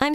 I'm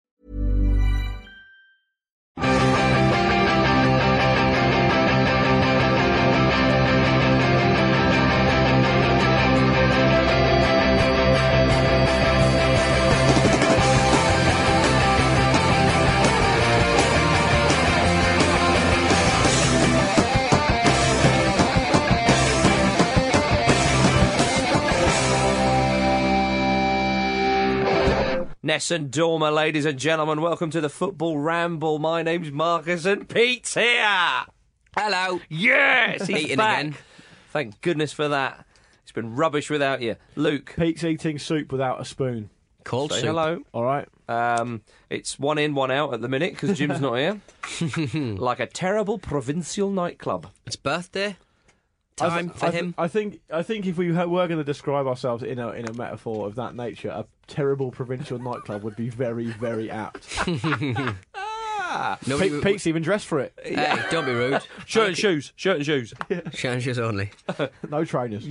Ness and Dormer, ladies and gentlemen, welcome to the Football Ramble. My name's Marcus and Pete's here. Hello. Yes, he's Eating back. again. Thank goodness for that. It's been rubbish without you. Luke, Pete's eating soup without a spoon. Called say soup. hello. All right. Um, it's one in, one out at the minute because Jim's not here. like a terrible provincial nightclub. It's birthday I th- time for I th- him. I think. I think if we ha- were going to describe ourselves in a in a metaphor of that nature, a terrible provincial nightclub would be very very apt. Nobody Pete, would- Pete's even dressed for it. Hey, don't be rude. Shirt and shoes. Shirt and shoes. Changes only. No trainers.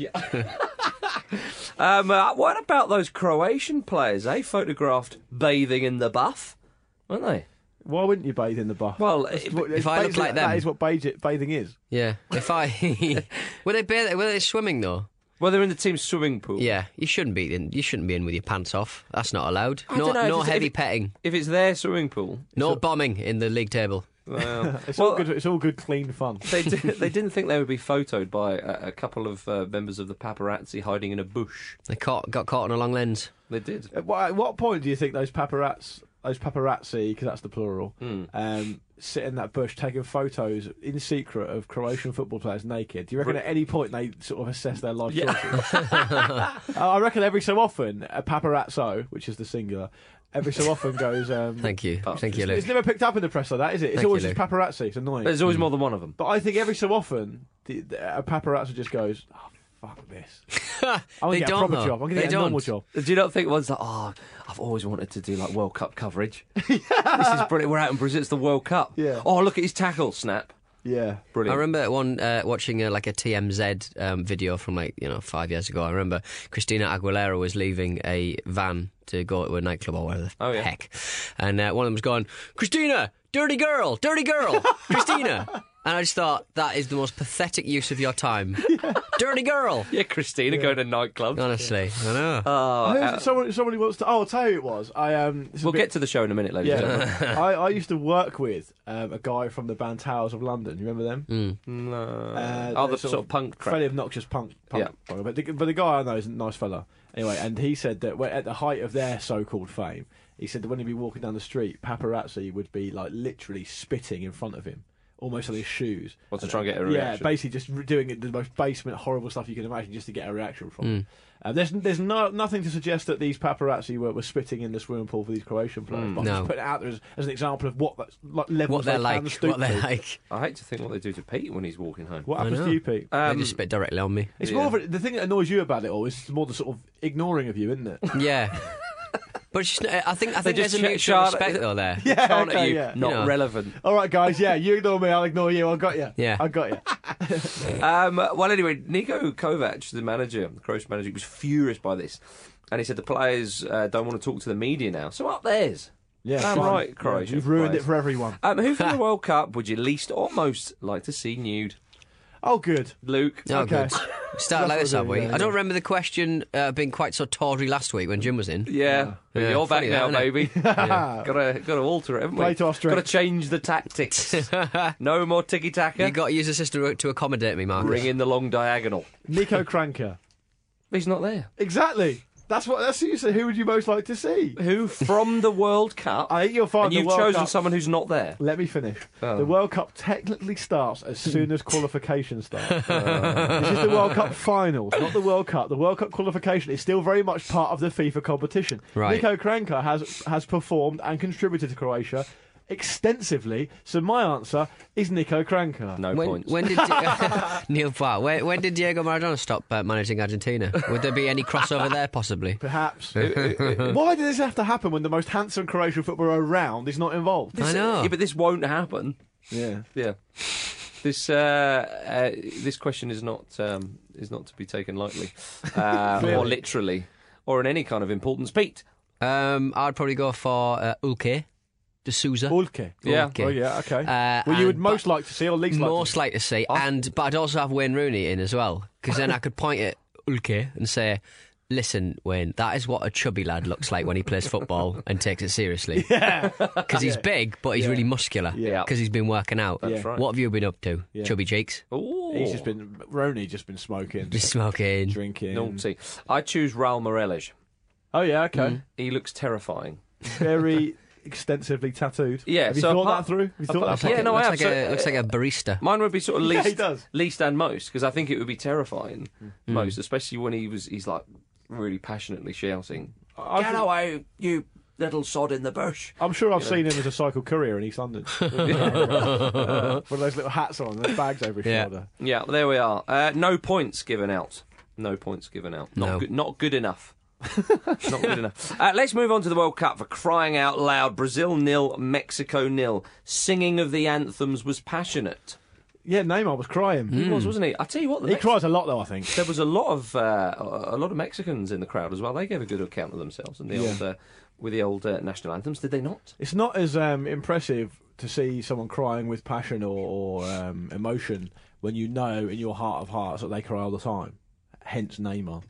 Um, uh, what about those Croatian players? They photographed bathing in the buff, weren't they? Why wouldn't you bathe in the bath? Well, That's if- what- if it's I look basically- like them- that is what bathe- bathing is. Yeah. If I were they ba- were they swimming though? Well, they're in the team's swimming pool. Yeah. You shouldn't be in. You shouldn't be in with your pants off. That's not allowed. I no dunno if no it's- heavy if- petting. If it's their swimming pool, No bombing in the league table. well, It's all well, good. It's all good, clean fun. they, did, they didn't think they would be photoed by a, a couple of uh, members of the paparazzi hiding in a bush. They caught got caught on a long lens. They did. At what, at what point do you think those paparazzi, those paparazzi, because that's the plural, um, sit in that bush taking photos in secret of Croatian football players naked? Do you reckon at any point they sort of assess their life choices? I reckon every so often a paparazzo, which is the singular, every so often goes. Um, Thank you. Oh. Thank you, It's Luke. never picked up in the press like that, is it? It's Thank you, always just Luke. paparazzi. It's annoying. There's always more than one of them. Hmm. But I think every so often the, the, a paparazzo just goes, oh, "Fuck this! I want They to get a don't, proper though. job. I'm going to They get a normal don't. job." Do you not think one's like, oh, I've always wanted to do like World Cup coverage. This is brilliant. We're out in Brazil. It's the World Cup. Yeah. Oh, look at his tackle snap. Yeah. I Brilliant. remember one uh, watching uh, like a TMZ um, video from like you know five years ago. I remember Christina Aguilera was leaving a van to go to a nightclub or whatever the Oh, yeah. heck, and uh, one of them was going, "Christina, dirty girl, dirty girl, Christina." And I just thought that is the most pathetic use of your time, dirty girl. yeah, Christina going to nightclubs. Ah. Honestly, I know. Who is it? Someone, somebody wants to. Oh, I'll tell you who it was. I um. this is a Um, We'll bit- get to the show in a minute, ladies and gentlemen. Yeah, I, I used to work with um, a guy from the band Towers of London. You remember them? Uh, oh, they're the sort of punk crap. fairly obnoxious punk. punk Yeah. punk. But, the, but the guy I know is a nice fella. Anyway, and he said that when, at the height of their so-called fame, he said that when he'd be walking down the street, paparazzi would be like literally spitting in front of him, almost on his shoes. Well, to And- try and get a Yeah, reaction. basically just re- doing it the most basement, horrible stuff you can imagine, just to get a reaction from. Mm. him. Um, there's there's no, nothing to suggest that these paparazzi were, were spitting in the swimming pool for these Croatian players. Mm. But I'm No. just putting it out there as, as an example of what that's, like, levels what they're they like, Can stoop what they're to. like. I hate to think what they do to Pete when he's walking home. What happens to know. you, Pete? Um, they just spit directly on me. It's Yeah. more of a, the thing that annoys you about it all is more the sort of ignoring of you, isn't it? Yeah. But it's just, I think I think just there's a ch- mutual shout- respect though there. Yeah, Can't okay, you? yeah. Not You know. relevant. all right, guys. Yeah, you ignore me, I'll ignore you. I got you. Yeah. I got you. Um, well, anyway, Nico Kovac, the manager, the Croatian manager, was furious by this, and he said the players uh, don't want to talk to the media now. So up theirs. Yeah, Damn fine. right, Yeah, Croatia. You've ruined players. it for everyone. Um, who from the World Cup would you least or most like to see nude? Oh, good. Luke. Oh, Okay. good. Start like this, what have we're we? doing, yeah, I don't yeah. remember the question uh, being quite so tawdry last week when Jim was in. Yeah, But Yeah, you're back funny that, now, isn't it? baby. Gotta gotta alter it, haven't we? Play to our strength. Gotta change the tactics. no more ticky You taka. got to use the system to accommodate me, Marcus. Ring in the long diagonal. Nico Kranker. He's not there. Exactly. That's what. That's you say. Who would you most like to see? Who from the World Cup? I think you'll find and the you've World chosen Cup- someone who's not there. Let me finish. The World Cup technically starts as soon as qualification starts. this is the World Cup finals, not the World Cup. The World Cup qualification is still very much part of the FIFA competition. Right. Niko Krenka has has performed and contributed to Croatia extensively, so my answer is Niko Krenka. No When, points. when did Di- Neil Farr, when, when did Diego Maradona stop uh, managing Argentina? Would there be any crossover there possibly? Perhaps. Why did this have to happen when the most handsome Croatian footballer around is not involved? I know. Yeah, but this won't happen. Yeah. Yeah. This uh, uh, this question is not um, is not to be taken lightly, uh, or Clearly. literally, or in any kind of importance. Pete, Um, I'd probably go for uh, Ulke, De Souza. Ulke. Yeah. Ulke. Oh, yeah, okay. Uh, well, you would and- most like to see, or least like to most like to see, Oh. and but I'd also have Wayne Rooney in as well, because then I could point at Ulke and say, "Listen, Wayne, that is what a chubby lad looks like when he plays football and takes it seriously, because he's big but he's really muscular, Yeah. because he's been working out. That's Yeah. right. What have you been up to, chubby cheeks? Ooh. He's just been Rony just been smoking, Been smoking. drinking. naughty. Mm. I choose Raul Morelish. Oh yeah, okay. He looks terrifying. Very extensively tattooed. Yeah, Have you so thought apart- that through? Have you thought apart- that through? Yeah, no, I have. looks Like So, a, uh, looks like a barista. Mine would be sort of Yeah, least, he does. Mm. least and most because I think it would be terrifying most, especially when he was he's like really passionately shouting, I- "Get away, you little sod in the bush!" I'm sure I've seen him as a cycle courier in East London. One of those little hats on, those bags over his Yeah. shoulder. Yeah, there we are. Uh, no points given out. No points given out. Not No. good, not good enough. not good enough. Uh, let's move on to the World Cup for crying out loud. Brazil nil, Mexico nil. Singing of the anthems was passionate. Yeah, Neymar was crying. He was, wasn't he? I tell you what, the Hmm. He Mex- cries a lot though, I think. there was a lot of uh, a lot of Mexicans in the crowd as well. They gave a good account of themselves and the old uh, with the old uh, national anthems, did they not? It's not as um, impressive to see someone crying with passion or, or um, emotion when you know in your heart of hearts that they cry all the time. Hence Neymar.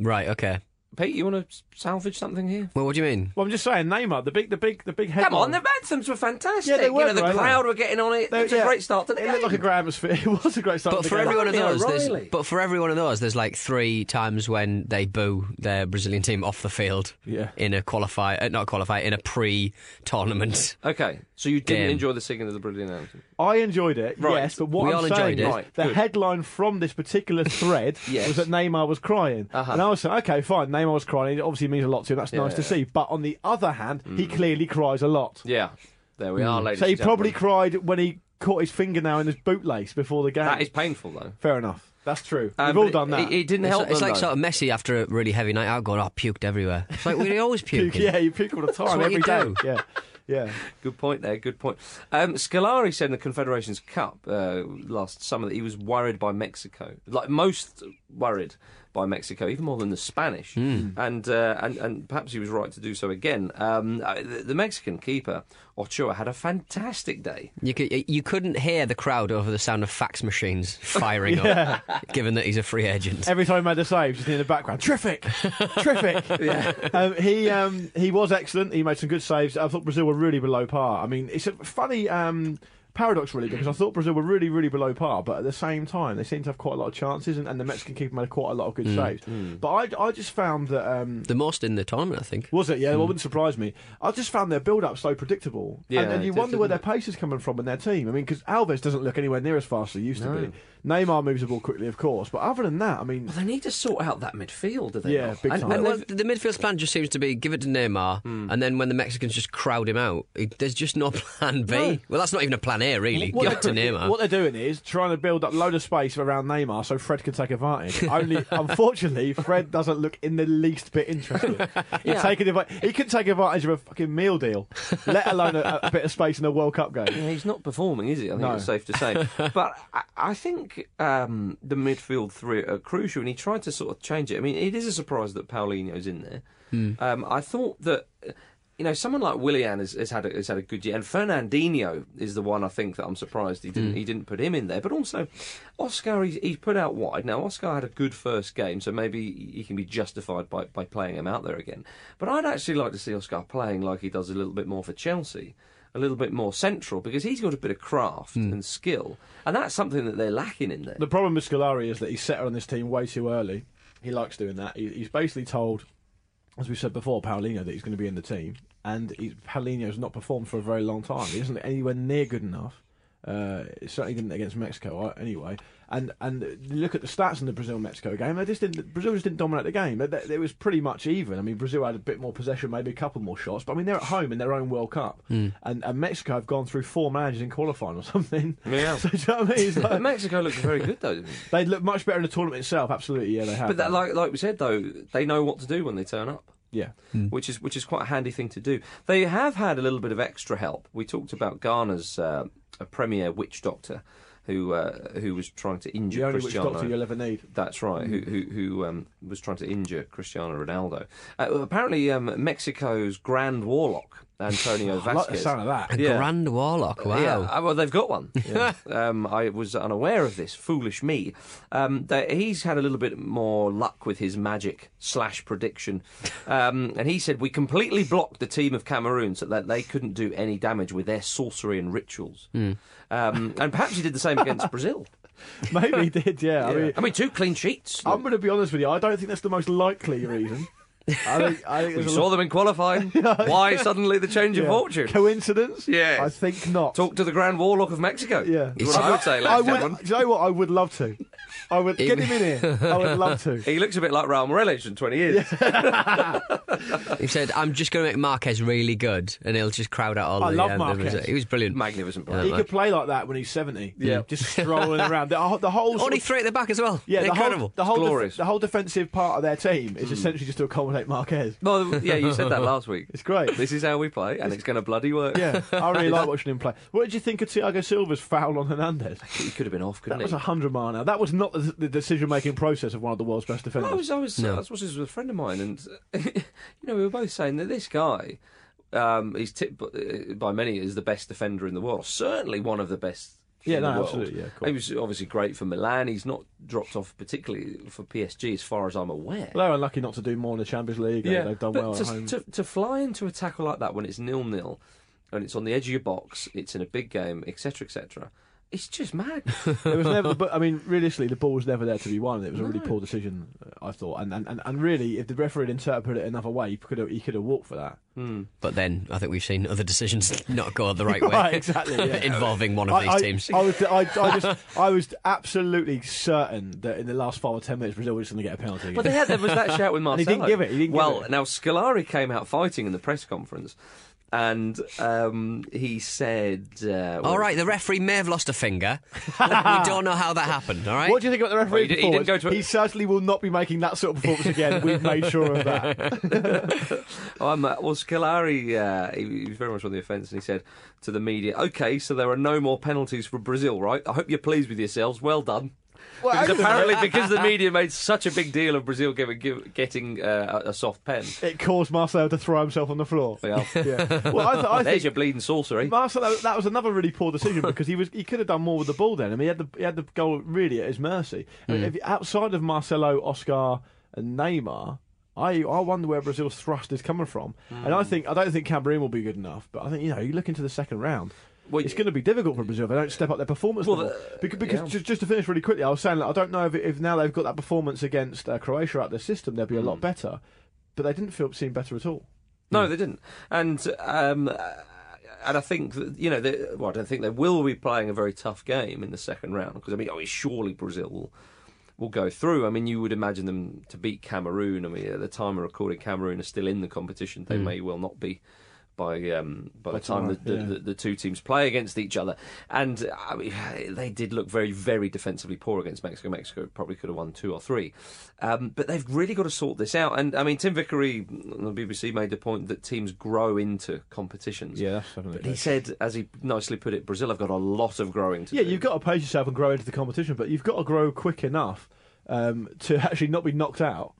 Right. Okay. Pete, you want to salvage something here? Well, what do you mean? Well, I'm just saying Neymar, the big, the big, the big headline. Come on, the anthems were fantastic. Yeah, they you were know, the great, crowd weren't were getting on it. They- It's a yeah. great start to the It game. looked like a great atmosphere. It was a great start. But to the for game. every one of Barney those, there's O'Reilly. but for every one of those, there's like three times when they boo their Brazilian team off the field. Yeah. In a qualify, uh, not qualify, in a pre-tournament. Okay, so you didn't Game. enjoy the singing of the brilliant anthem. I enjoyed it, Right. yes, but what We I'm all enjoyed saying it. is Right, the good. headline from this particular thread Yes. was that Neymar was crying. Uh-huh. And I was saying, okay, fine, Neymar was crying. It obviously means a lot to him. That's nice to yeah. see. But on the other hand, he clearly cries a lot. Yeah, there we are, ladies. so he and probably gentlemen. cried when he caught his fingernail in his bootlace before the game. that is painful though. Fair enough. That's true. Um, We've all but done that. It, it didn't It's, help. like, it's them, like though. sort of Messi after a really heavy night out going, oh, I puked everywhere. It's like, we always puking. Puke, yeah, you puke all the time what every you day. do. Yeah, yeah. Good point there. Good point. Um, Scolari said in the Confederations Cup uh, last summer that he was worried by Mexico, like most worried by Mexico, even more than the Spanish. And, uh, and and perhaps he was right to do so again. Um, uh, the, the Mexican keeper Ochoa had a fantastic day. You, could, you couldn't hear the crowd over the sound of fax machines firing up, given that he's a free agent. Every time he made the save, just in the background, terrific, terrific. Um, he um, he was excellent. He made some good saves. I thought Brazil were really below par. I mean, it's a funny um, paradox, really, because I thought Brazil were really, really below par, but at the same time, they seemed to have quite a lot of chances, and, and the Mexican keeper made quite a lot of Mm, good saves. But I, I just found that um, The most in the tournament, I think. was it? Yeah, well, it wouldn't surprise me. I just found their build up so predictable. Mm. Yeah, and, and you it wonder did, where their didn't pace is coming from in their team. I mean, because Alves doesn't look anywhere near as fast as he used to be. Neymar moves the ball quickly, of course. But other than that, I mean, Well, they need to sort out that midfield, do they? Yeah, not? big And- time. and Well, they've- the midfield plan just seems to be give it to Neymar, Hmm. and then when the Mexicans just crowd him out, it- there's just no plan B. No. Well, that's not even a plan A, really. What give it to they're- Neymar. What they're doing is trying to build up load of space around Neymar so Fred can take advantage. Only, unfortunately, Fred doesn't look in the least bit interested. He's Yeah. taking advi- he could take advantage of a fucking meal deal, let alone a, a bit of space in a World Cup game. Yeah, he's not performing, is he? I think No. it's safe to say. but I, I think um, the midfield three are crucial, and he tried to sort of change it. I mean, it is a surprise that Paulinho's in there. Um, I thought that. uh, You know, someone like Willian has, has had a, has had a good year, and Fernandinho is the one I think that I'm surprised he didn't he didn't put him in there. But also, Oscar he's, he's put out wide. Now Oscar had a good first game, so maybe he can be justified by, by playing him out there again. But I'd actually like to see Oscar playing like he does a little bit more for Chelsea a little bit more central because he's got a bit of craft Hmm. and skill, and that's something that they're lacking in there. The problem with Scolari is that he's settled on this team way too early. He likes doing that. He, he's basically told, as we said before, Paulinho that he's going to be in the team, and he's, Paulinho's not performed for a very long time. He isn't anywhere near good enough. Uh, he certainly didn't against Mexico, I- anyway. And and you look at the stats in the Brazil Mexico game. They just didn't. Brazil just didn't dominate the game. It, it was pretty much even. I mean, Brazil had a bit more possession, maybe a couple more shots. But I mean, they're at home in their own World Cup, and, and Mexico have gone through four managers in qualifying or something. Yeah. so, do you know what I mean? It's like- But Mexico looked very good though, didn't it? they look much better in the tournament itself. Absolutely, yeah, they have. But that, like like we said though, they know what to do when they turn up. yeah, which is which is quite a handy thing to do. They have had a little bit of extra help. We talked about Ghana's uh, a premier witch doctor, who uh, who was trying to the injure only witch Cristiano. doctor you'll Hmm. ever need. That's right. Who who, who um, was trying to injure Cristiano Ronaldo? Uh, apparently, um, Mexico's grand warlock Antonio I Vasquez. like the sound of that. Yeah. Grand Warlock, wow. Yeah, uh, well, they've got one. um, I was unaware of this. Foolish me. Um, that he's had a little bit more luck with his magic slash prediction, um, and he said we completely blocked the team of Cameroon so that they couldn't do any damage with their sorcery and rituals. Hmm. Um, and perhaps he did the same against Brazil. Maybe he did. Yeah, I mean, I mean, two clean sheets. I'm going to be honest with you. I don't think that's the most likely reason. I think, I think we there's a saw lot- them in qualifying. Why suddenly the change of yeah. fortune? Coincidence? Yes. I think not. Talk to the Grand Warlock of Mexico. Yeah. Is what I would say, ladies I and gentlemen. would. Do you know what? I would love to. I would get him in here. I would love to. He looks a bit like Raul Morelos in 20 years. He said, I'm just going to make Marquez really good, and he'll just crowd out all I the love um, Marquez. the- He was brilliant. Magnificent player. He could play like that when he's seventy. Yeah, just strolling around. The, whole- the whole sort Only of- three at the back as well. yeah, the Incredible. whole the whole, glorious. Mm. the whole defensive part of their team is essentially just to accommodate Marquez. Well, yeah, you said that last week. It's great. This is how we play, and it's going to bloody work. Yeah, I really like watching him play. What did you think of Thiago Silva's foul on Hernandez? he could have been off, couldn't That was he? a hundred mile an hour. That was not the, the decision-making process of one of the world's best Well, I defenders. was, I was, I was watching this with a friend of mine, and you know, we were both saying that this guy, um, he's tipped b- uh, by many as the best defender in the world, certainly one of the best. Yeah, in no, the world. absolutely, yeah, of course. he was obviously great for Milan. He's not dropped off particularly for PSG, as far as I'm aware. They were unlucky not to do more in the Champions League. Yeah, they've done but well to, at home. To, to fly into a tackle like that when it's nil nil, and it's on the edge of your box, it's in a big game, etc., etc. It's just mad. it was never. But I mean, realistically, the ball was never there to be won. It was a really poor decision, uh, I thought. And, and and and really, if the referee had interpreted it another way, he could have he could have walked for that. But then I think we've seen other decisions not go the right way. Right, exactly, yeah. Involving one of I, these I- teams. I, was, I, I, just, I was absolutely certain that in the last five or ten minutes, Brazil was going to get a penalty. But they had, there was that shout with Marcelo. he didn't give it, he didn't give well, it. now Scolari came out fighting in the press conference, and um, he said, uh, all right, the referee may have lost a finger. we don't know how that happened, all right? What do you think about the referee Well, he did- he didn't performance? go to- He certainly will not be making that sort of performance again. We've made sure of that. Um, uh, well, Scolari, uh, he, he was very much on the offence, and he said to the media, "Okay, so there are no more penalties for Brazil, right? I hope you're pleased with yourselves. Well done." because apparently, because the media made such a big deal of Brazil giving, give, getting uh, a a soft pen, It caused Marcelo to throw himself on the floor. well, Yeah. Well, I, th- I there's think your bleeding sorcery. Marcelo that was another really poor decision because he was he could have done more with the ball then. I mean, he had the he had the goal really at his mercy. I Mm. mean, if you- outside of Marcelo, Oscar, and Neymar. I, I wonder where Brazil's thrust is coming from, and Mm. I think I don't think Cameroon will be good enough. But I think you know you look into the second round, Well, it's going to be difficult for Brazil if they don't step up their performance Well, level. the- uh, Beca- because yeah. just, just to finish really quickly, I was saying that I don't know if, if now they've got that performance against uh, Croatia out their system, they'll be a Hmm. lot better. But they didn't feel seem better at all. No, Hmm. they didn't. And um, and I think that, you know, they, well, I don't think they will be playing a very tough game in the second round because I mean, I mean, surely Brazil will, will go through. I mean, you would imagine them to beat Cameroon. I mean, at the time of recording, Cameroon are still in the competition. They may well not be. By um, by the time the, the, Hmm. tomorrow, yeah. the, the two teams play against each other, and uh, I mean, they did look very very defensively poor against Mexico. Mexico probably could have won two or three, um, but they've really got to sort this out. And I mean, Tim Vickery on the BBC made the point that teams grow into competitions. that's definitely. But he said, as he nicely put it, Brazil have got a lot of growing to Yeah, do. you've got to pace yourself and grow into the competition, but you've got to grow quick enough um, to actually not be knocked out.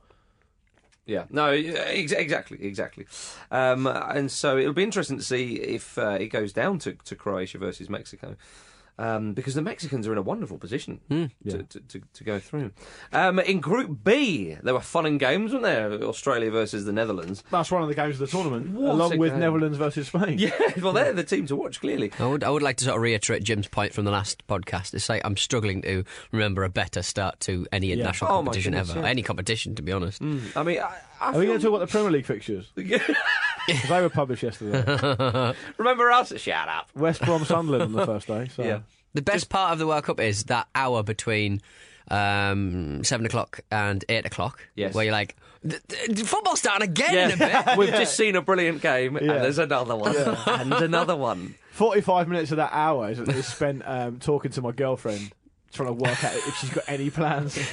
Yeah, no, ex- exactly, exactly. Um, and so it'll be interesting to see if uh, it goes down to, to Croatia versus Mexico. um, because the Mexicans are in a wonderful position Hmm, Yeah. to, to, to, to go through. Um, in Group B, there were fun and games, weren't there? Australia versus the Netherlands. That's one of the games of the tournament, What a along with game. Netherlands versus Spain. Yeah, well, they're the team to watch, clearly. Oh. I would, I would like to sort of reiterate Jim's point from the last podcast. It's like I'm struggling to remember a better start to any international Oh, my competition goodness, ever. yeah. Mm. Any competition, to be honest. I mean, I, I Are we going to feel- talk about the Premier League fixtures? Because they were published yesterday. remember us? Shut up. West Brom Sunderland on the first day. So. Yeah. The best part of the World Cup is that hour between um, seven o'clock and eight o'clock, Yes. where you're like, "Th- th- football's starting again in a Yeah. bit. We've just seen a brilliant game, Yeah. and there's another one, and another one. 45 minutes of that hour is, is spent um, talking to my girlfriend, trying to work out if she's got any plans.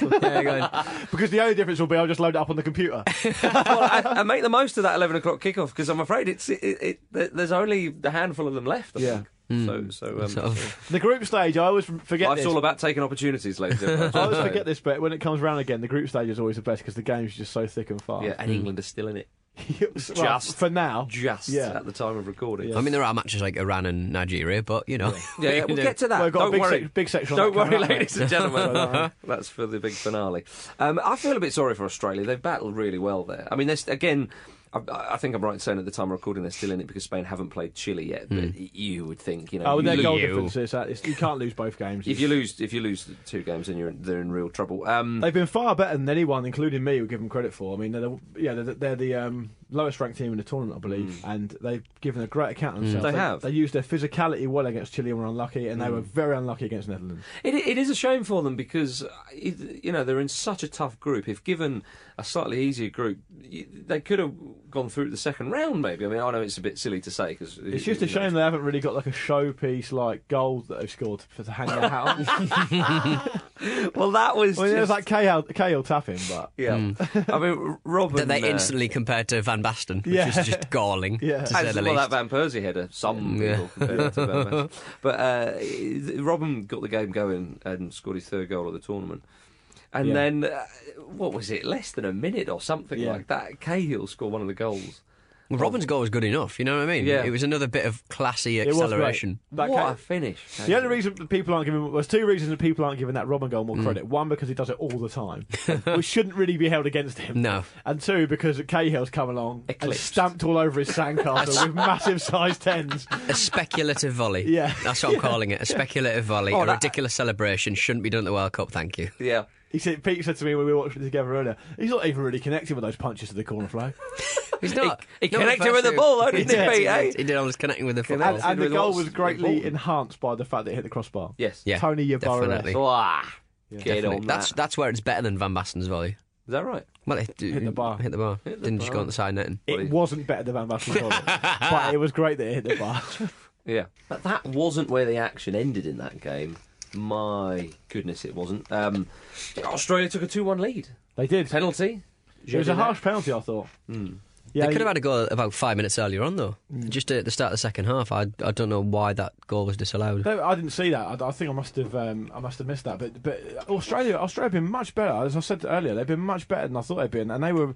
because the only difference will be I'll just load it up on the computer. well, and, and make the most of that 11 o'clock kickoff because I'm afraid it's it, it, it, there's only a handful of them left. I Yeah. think. So, so, um, Sort of. The group stage, I always forget life's this. all about taking opportunities, ladies and gentlemen. I always So- forget this, but when it comes round again, the group stage is always the best because the game's just so thick and fast. Yeah, and England are still in it. Well, Just. for now. Just Yeah. at the time of recording. I mean, there are matches like Iran and Nigeria, but you know. Yeah, yeah, we'll get to that. We've got a Don't big worry. sec- big section on Don't that coming worry, up, mate. ladies and gentlemen. That's for the big finale. Um, I feel a bit sorry for Australia. They've battled really well there. I mean, there's again. I, I think I'm right in saying at the time of recording they're still in it because Spain haven't played Chile yet. But you would think, you know, Hmm. Oh, you their lose- goal you. difference is that it's- you can't lose both games. if you lose if you lose two games, then you're in, they're in real trouble. Um, They've been far better than anyone, including me, would give them credit for. I mean, they're the, yeah, they're the, they're the um, lowest ranked team in the tournament, I believe, and they've given a great account of themselves. Mm. They have. Mm. They used their physicality well against Chile and were unlucky, and they were very unlucky against Netherlands. It, it is a shame for them because uh, it, you know they're in such a tough group. If given a slightly easier group, y- they could have gone through to the second round. Maybe I mean I know it's a bit silly to say because It's just a shame they haven't really got like a showpiece like goal that they've scored for to hang their hat on. I Well, that was mean, it was just- like Hmm. KL, KL tapping, but yeah. I mean R- Robin. That they uh, instantly compared to Van Basten, which Yeah. is just galling, Yeah. to say Actually, the well, that least. Van Persie header. Some Yeah. people compare that to Van Persie. But uh, Robin got the game going and scored his third goal of the tournament. And Yeah. then, uh, what was it? Less than a minute or something Yeah. like that. Cahill scored one of the goals. Well, Robin's goal was good enough, you know what I mean? Yeah. It was another bit of classy it was great. acceleration. That what K- a finish! The only reason that people aren't giving there's two reasons that people aren't giving that Robin goal more credit. One because he does it all the time, which shouldn't really be held against him. No. And two because Cahill's come along and Eclipsed. stamped all over his sandcastle with massive size tens. A speculative volley. Yeah. That's what I'm calling it. A speculative volley. Oh, a that- ridiculous celebration. Shouldn't be done at the World Cup, thank you. Yeah. He said, Pete said to me when we were watching it together earlier, he's not even really connected with those punches to the corner flag. He's not. He, he not connected first with the two. ball, though, didn't he, did, Pete? eh? He did almost connecting with the football. and and the with goal what's- was with greatly Bolton. enhanced by the fact that it hit the crossbar. Yes. Yeah. Tony Ybarra. definitely. Wah. Get Definitely. on that. That's that's where it's better than Van Basten's volley. Is that right? Well, it hit the bar. Hit the bar. Didn't just go on the side netting. It wasn't better than Van Basten's goal, but it was great that it hit the bar. Yeah. But that wasn't where the action ended in that game. My goodness, it wasn't. Um, Australia took a 2 1 lead. They did. Penalty. It was a harsh penalty, I thought. Yeah, they could you- Mm. have had a goal about five minutes earlier on, though. Just at the start of the second half. I, I don't know why that goal was disallowed. No, I didn't see that. I, I think I must have. Um, I must have missed that. But but Australia, Australia have been much better. As I said earlier, they've been much better than I thought they'd been, and they were.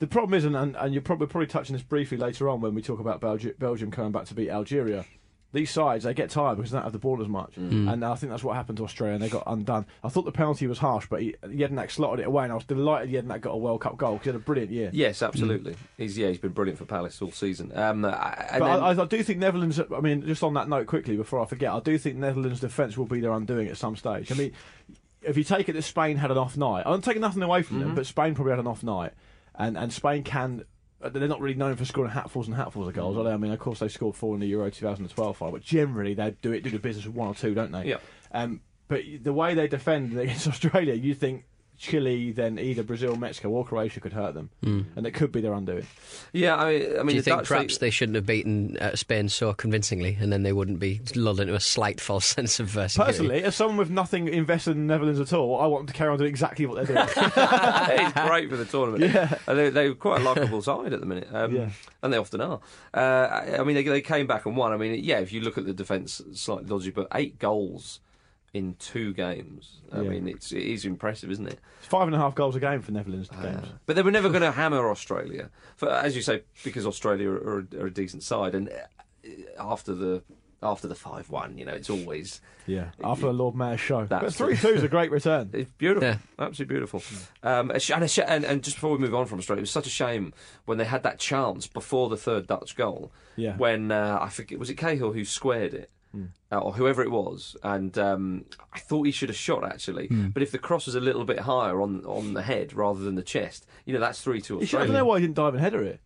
The problem is, and, and, and you're probably probably touching this briefly later on when we talk about Belgium, Belgium coming back to beat Algeria. These sides they get tired because they don't have the ball as much, and I think that's what happened to Australia. and They got undone. I thought the penalty was harsh, but he, Jednak slotted it away, and I was delighted Jednak got a World Cup goal because he had a brilliant year. Yes, absolutely. He's yeah, he's been brilliant for Palace all season. Um, I- and But then- I, I, I do think Netherlands. I mean, just on that note, quickly before I forget, I do think Netherlands' defence will be their undoing at some stage. I mean, if you take it that Spain had an off night, I'm taking nothing away from Mm-hmm. them, but Spain probably had an off night, and and Spain can. uh, They're not really known for scoring hatfuls and hatfuls of goals, Mm-hmm. are they? I mean, of course they scored four in the Euro 2012 final, but generally they do it, do the business with one or two, don't they? Yep. Um, but the way they defend against Australia, you think Chile, then either Brazil, Mexico, or Croatia could hurt them, Mm. and it could be their undoing. yeah, I, I mean, Do you the think Dutch, perhaps they shouldn't have beaten uh, Spain so convincingly and then they wouldn't be lulled into a slight false sense of uh, security? Personally, as someone with nothing invested in the Netherlands at all, I want them to carry on doing exactly what they're doing. it's great for the tournament. Yeah. They, they're quite a likeable side at the minute, um, Yeah. and they often are. Uh, I I mean, they, they came back and won. I mean, yeah, if you look at the defence, slightly dodgy, but eight goals in two games. I Yeah. mean, it's it is impressive, isn't it? Five and a half goals a game for Netherlands games. But they were never going to hammer Australia, for, as you say, because Australia are, are a decent side. And uh, after the after the five one. You know, it's always Yeah, after a Lord Mayor's show. But That's three two is a great return. It's beautiful, Yeah. absolutely beautiful. Um, a sh- and, a sh- and, and just before we move on from Australia, it was such a shame when they had that chance before the third Dutch goal. Yeah. Hmm. When uh, I forget, was it Cahill who squared it, uh, or whoever it was? And um, I thought he should have shot actually, Hmm. but if the cross was a little bit higher on on the head rather than the chest, you know that's three to He should- I don't know Australia. why he didn't dive and header it.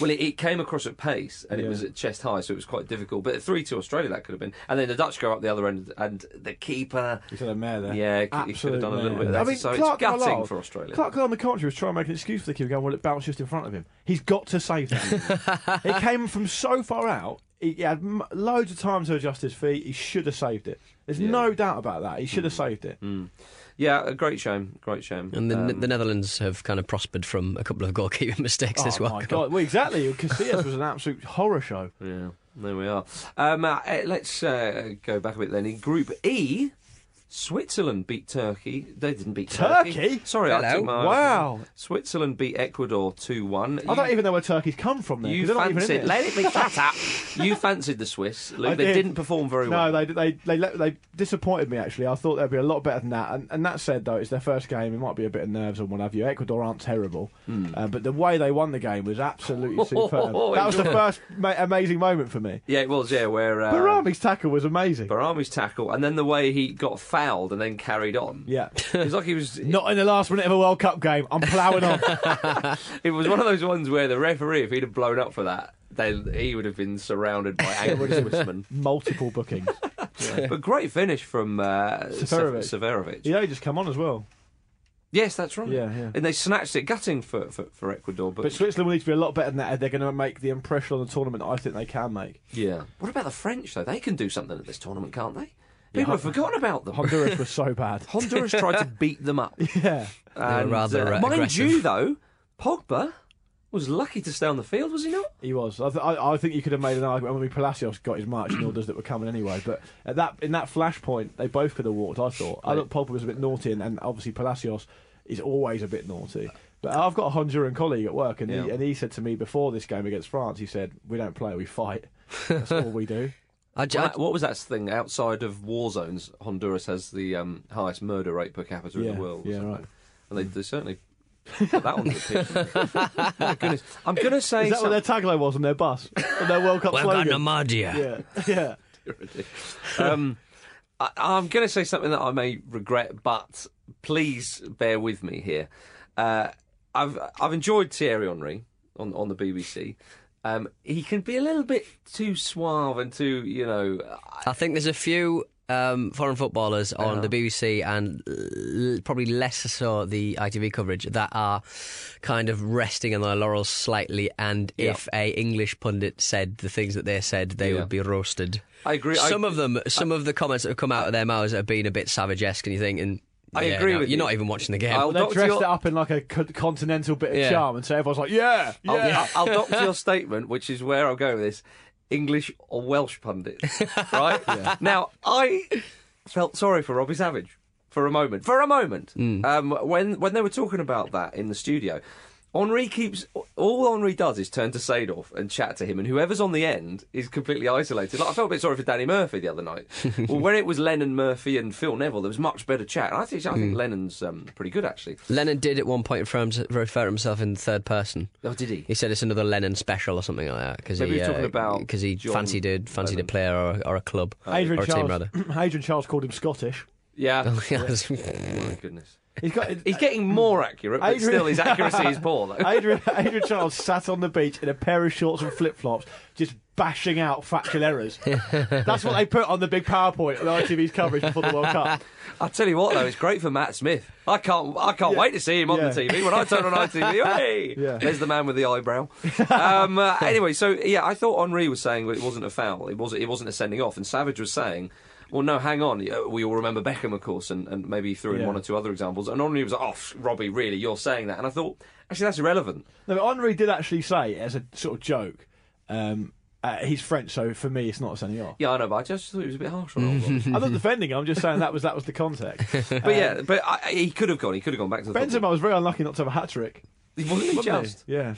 Well, it, it came across at pace and Yeah. it was at chest high, so it was quite difficult. But three to Australia that could have been, and then the Dutch go up the other end, and the keeper. He said a mare there. Yeah, he could have done a Absolute little bit mare. better. So it's gutting Carlisle- for Australia. Clark Carlisle on the commentary was trying to make an excuse for the keeper, going, "Well, it bounced just in front of him. He's got to save that. it came from so far out. He he had m- loads of time to adjust his feet. He should have saved it. There's no doubt about that. He should have saved it. Yeah, a great shame. Great shame. And the, Um, the Netherlands have kind of prospered from a couple of goalkeeping mistakes Oh as well. my god! Well, exactly. Casillas was an absolute horror show. yeah, there we are. Um, uh, eh, let's uh, go back a bit then. In Group E, Switzerland beat Turkey. They didn't beat Turkey. Turkey? Sorry, I Hello. took my Wow. Switzerland beat Ecuador two one. I don't even know where turkeys come from. There, 'cause You they're not even in fancied. it. Let it be shut up. You fancied the Swiss. Luke. I They did. didn't perform very well. No, they they they let, they disappointed me actually. I thought they'd be a lot better than that. And, and that said, though, it's their first game. It might be a bit of nerves and what have you. Ecuador aren't terrible, uh, but the way they won the game was absolutely superb. Oh, that was the first ma- amazing moment for me. Yeah, it was. Yeah, where uh, Barami's tackle was amazing. Barami's tackle, and then the way he got fouled and then carried on. yeah. it was like he was Not in the last minute of a World Cup game. I'm ploughing on. It was one of those ones where the referee, if he'd have blown up for that, then he would have been surrounded by angry Swissmen. Multiple bookings. But great finish from uh, Seferovic. Seferovic. Seferovic. You know, he just come on as well. Yes, that's right. Yeah, yeah. And they snatched it, gutting for, for, for Ecuador. But, But Switzerland will need to be a lot better than that. if They're going to make the impression on the tournament I think they can make. yeah, what about the French though? They can do something at this tournament, can't they? People have forgotten about them. Honduras was so bad. Honduras tried to beat them up. Yeah. And, rather, uh, mind you, aggressive. though, Pogba was lucky to stay on the field, was he not? He was. I, th- I, I think you could have made an argument. I mean, Palacios got his marching orders that were coming anyway. But at that in that flashpoint, they both could have walked. I thought. I thought Pogba was a bit naughty, and, and obviously Palacios is always a bit naughty. But I've got a Honduran colleague at work, and he, Yeah. and he said to me before this game against France, he said, "We don't play, we fight. That's all we do." I, j- I- What- what was that thing outside of war zones? Honduras has the um, highest murder rate per capita in Yeah, the world. or yeah, something. right. And they, they certainly put that on the pitch. My goodness. I'm going to say Is that what their tagline was on their bus? on their World Cup Welcome to slogan? Mardia. yeah, yeah. something. um, I, I'm going to say something that I may regret, but please bear with me here. Uh, I've I've enjoyed Thierry Henry on on the BBC. Um, he can be a little bit too suave and too, you know, I think there's a few um, foreign footballers on the BBC and l- probably less so the ITV coverage that are kind of resting on their laurels slightly. And if a English pundit said the things that they said, they Yeah. would be roasted. I agree. I- Some of them, some of the comments that have come out of their mouths have been a bit savage-esque, and you think, and I yeah, agree no, with you're you. not even watching the game. I'll- They Doctor, dressed you're- it up in like a co- continental bit of Yeah. charm, and so everyone's like, "Yeah, Oh, yeah." I'll, I'll, I'll dock your statement, which is where I'll go with this English or Welsh pundits, right? Now, I felt sorry for Robbie Savage for a moment. For a moment. Um, when, when they were talking about that in the studio, Henri keeps. All Henri does is turn to Sadorf and chat to him, and whoever's on the end is completely isolated. Like, I felt a bit sorry for Danny Murphy the other night. well, when it was Lennon Murphy and Phil Neville, there was much better chat. And I think, I think Lennon's um, pretty good, actually. Lennon did at one point refer himself, refer himself in third person. Oh, did he? He said it's another Lennon special or something like that because Maybe he we're talking about because he John fancied a fancied a Lennon. Uh, player or, or a club Adrian or a team Charles. rather. Adrian Charles called him Scottish. Yeah. Oh, Yeah. My goodness. He's got. He's getting more accurate, but Adrian- still his accuracy is poor. Though. Adrian, Adrian Charles sat on the beach in a pair of shorts and flip flops, just bashing out factual errors. That's what they put on the big PowerPoint on ITV's coverage before the World Cup. I tell you what, though, it's great for Matt Smith. I can't, I can't wait to see him on Yeah. the TV. When I turn on ITV, hey, Yeah. there's the man with the eyebrow. Um, uh, anyway, so yeah, I thought Henri was saying it wasn't a foul. It wasn't. It wasn't a sending off. And Savage was saying. Well, no, hang on. Uh, We all remember Beckham, of course, and, and maybe he threw in Yeah. one or two other examples. And Henri was like, oh, pff, Robbie, really, you're saying that? And I thought, actually, that's irrelevant. No, but Henri did actually say, as a sort of joke, um, uh, he's French, so for me, it's not sending off. Yeah, I know, but I just thought it was a bit harsh on Henri. I'm not defending him. I'm just saying that was that was the context. Um, But yeah, but I, I- he could have gone. He could have gone back to the Benzema was very unlucky not to have a hat trick. football. Wasn't he just? Yeah,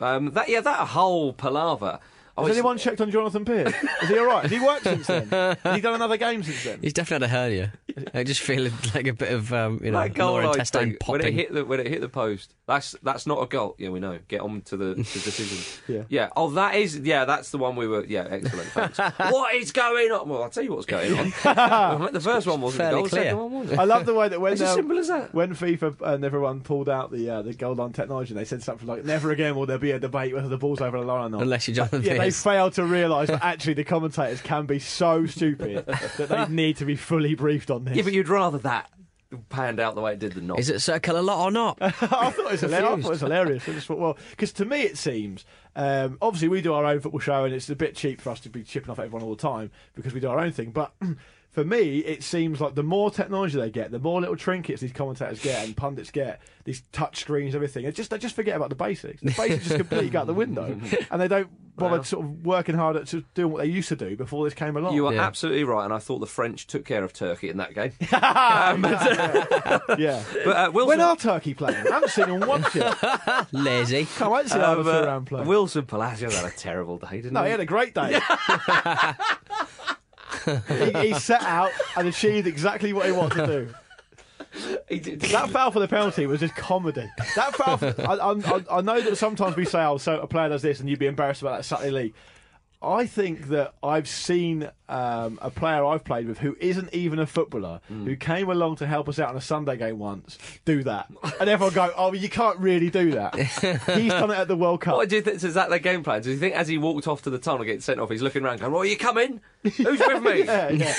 Um, that yeah, that whole palaver. Oh, Has it's- anyone checked on Jonathan Pierce? Is he all right? Has he worked since then? Has he done another game since then? He's definitely had a hernia. I just feel like a bit of um, you know That goal lower line intestine thing, oh, when it popping. hit the when it hit the post, that's that's not a goal. Yeah, we know. Get on to the, the decision. Yeah. Oh, that is. Yeah, that's the one we were. Yeah, excellent. Thanks. what is going on? Well, I'll tell you what's going on. Well, the first one wasn't a fairly goal. The second clear. one was. I love the way that when It's as um, simple as that. when FIFA uh, and everyone pulled out the uh, the goal line technology, they said something like, "Never again will there be a debate whether the ball's over the line or not." Unless you're Jonathan yeah, they Pierce. failed to realise that actually the commentators can be so stupid that they need to be fully briefed on this. Yeah, but you'd rather that panned out the way it did than not. Is it circular lot or not? I thought it was hilarious. I thought it was hilarious. I just thought, well, because to me it seems, um, obviously we do our own football show, and it's a bit cheap for us to be chipping off everyone all the time because we do our own thing. But for me, it seems like the more technology they get, the more little trinkets these commentators get and pundits get, these touch screens, everything. It just they just forget about the basics. The basics just completely go out the window, and they don't bother sort of working hard at sort of doing what they used to do before this came along. You are Yeah. absolutely right, and I thought the French took care of Turkey in that game. yeah. But uh, Wilson, When are Turkey playing? I haven't seen them once yet. Lazy. Can't wait to see um, um, uh, around play. Wilson Palacios had a terrible day, didn't No, he? he had a great day. he, he set out and achieved exactly what he wanted to do. He did- That foul for the penalty was just comedy. That foul. For, I, I, I- I know that sometimes we say, "Oh, so a player does this," and you'd be embarrassed about that Saturday league. I think that I've seen um, a player I've played with who isn't even a footballer who came along to help us out on a Sunday game once do that, and everyone go, "Oh, you can't really do that." He's done it at the World Cup. What do you think? Is that their game plan? Do you think as he walked off to the tunnel, getting sent off, he's looking around going, "Well, you coming? Who's with me? Yeah, yeah.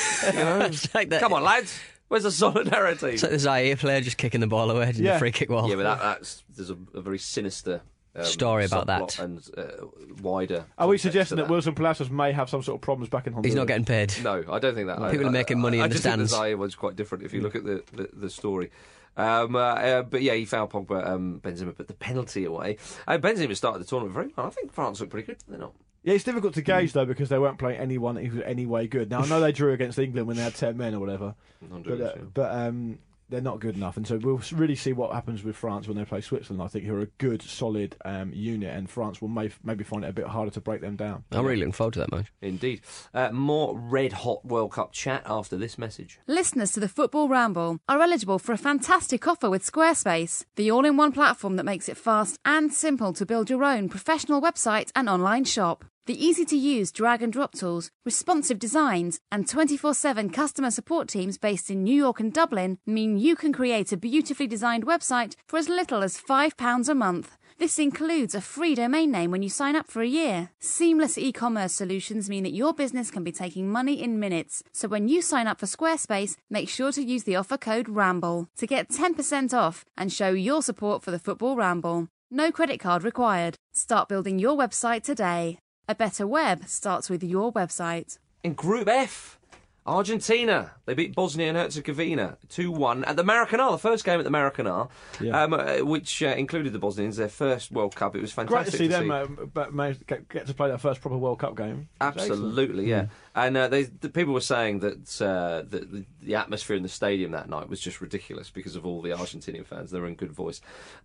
it's like that. Come on, lads! Where's the solidarity?" It's like the Zaire player just kicking the ball away in Yeah. the free kick wall. yeah, but that, that's there's a, a very sinister um, Story about that. subplot and uh, wider. Are we context to suggesting that Wilson Palacios may have some sort of problems back in Honduras? He's not getting paid. No, I don't think that. I- People are I- making money I, in I the just stands. Mm. Think the Zaire one's quite different if you look at the the, the story. Um, uh, uh, but yeah, he fouled Pogba. Um, Benzema put the penalty away. Uh, Benzema started the tournament very well. I think France look pretty good. They're not. Yeah, it's difficult to gauge though because they weren't playing anyone who was any way good. Now I know they drew against England when they had ten men or whatever, but, Honduras, uh, yeah. but um, they're not good enough. And so we'll s- really see what happens with France when they play Switzerland. I think who are a good, solid um, unit, and France will may- maybe find it a bit harder to break them down. I'm really looking forward to that match. Indeed. Uh, more red hot World Cup chat after this message. Listeners to the Football Ramble are eligible for a fantastic offer with Squarespace, the all in one platform that makes it fast and simple to build your own professional website and online shop. The easy to use drag and drop tools, responsive designs, and 24 7 customer support teams based in New York and Dublin mean you can create a beautifully designed website for as little as £5 a month. This includes a free domain name when you sign up for a year. Seamless e commerce solutions mean that your business can be taking money in minutes. So when you sign up for Squarespace, make sure to use the offer code RAMBLE to get 10% off and show your support for the Football Ramble. No credit card required. Start building your website today. A better web starts with your website. In Group F, Argentina. They beat Bosnia and Herzegovina 2 1 at the Maracanã, the first game at the Maracanã, um, uh, which uh, included the Bosnians, their first World Cup. It was Great fantastic. to see them uh, but manage to get, get to play their first proper World Cup game. It's excellent. Absolutely, yeah. And uh, they, the people were saying that uh, the, the, the atmosphere in the stadium that night was just ridiculous because of all the Argentinian fans. They were in good voice.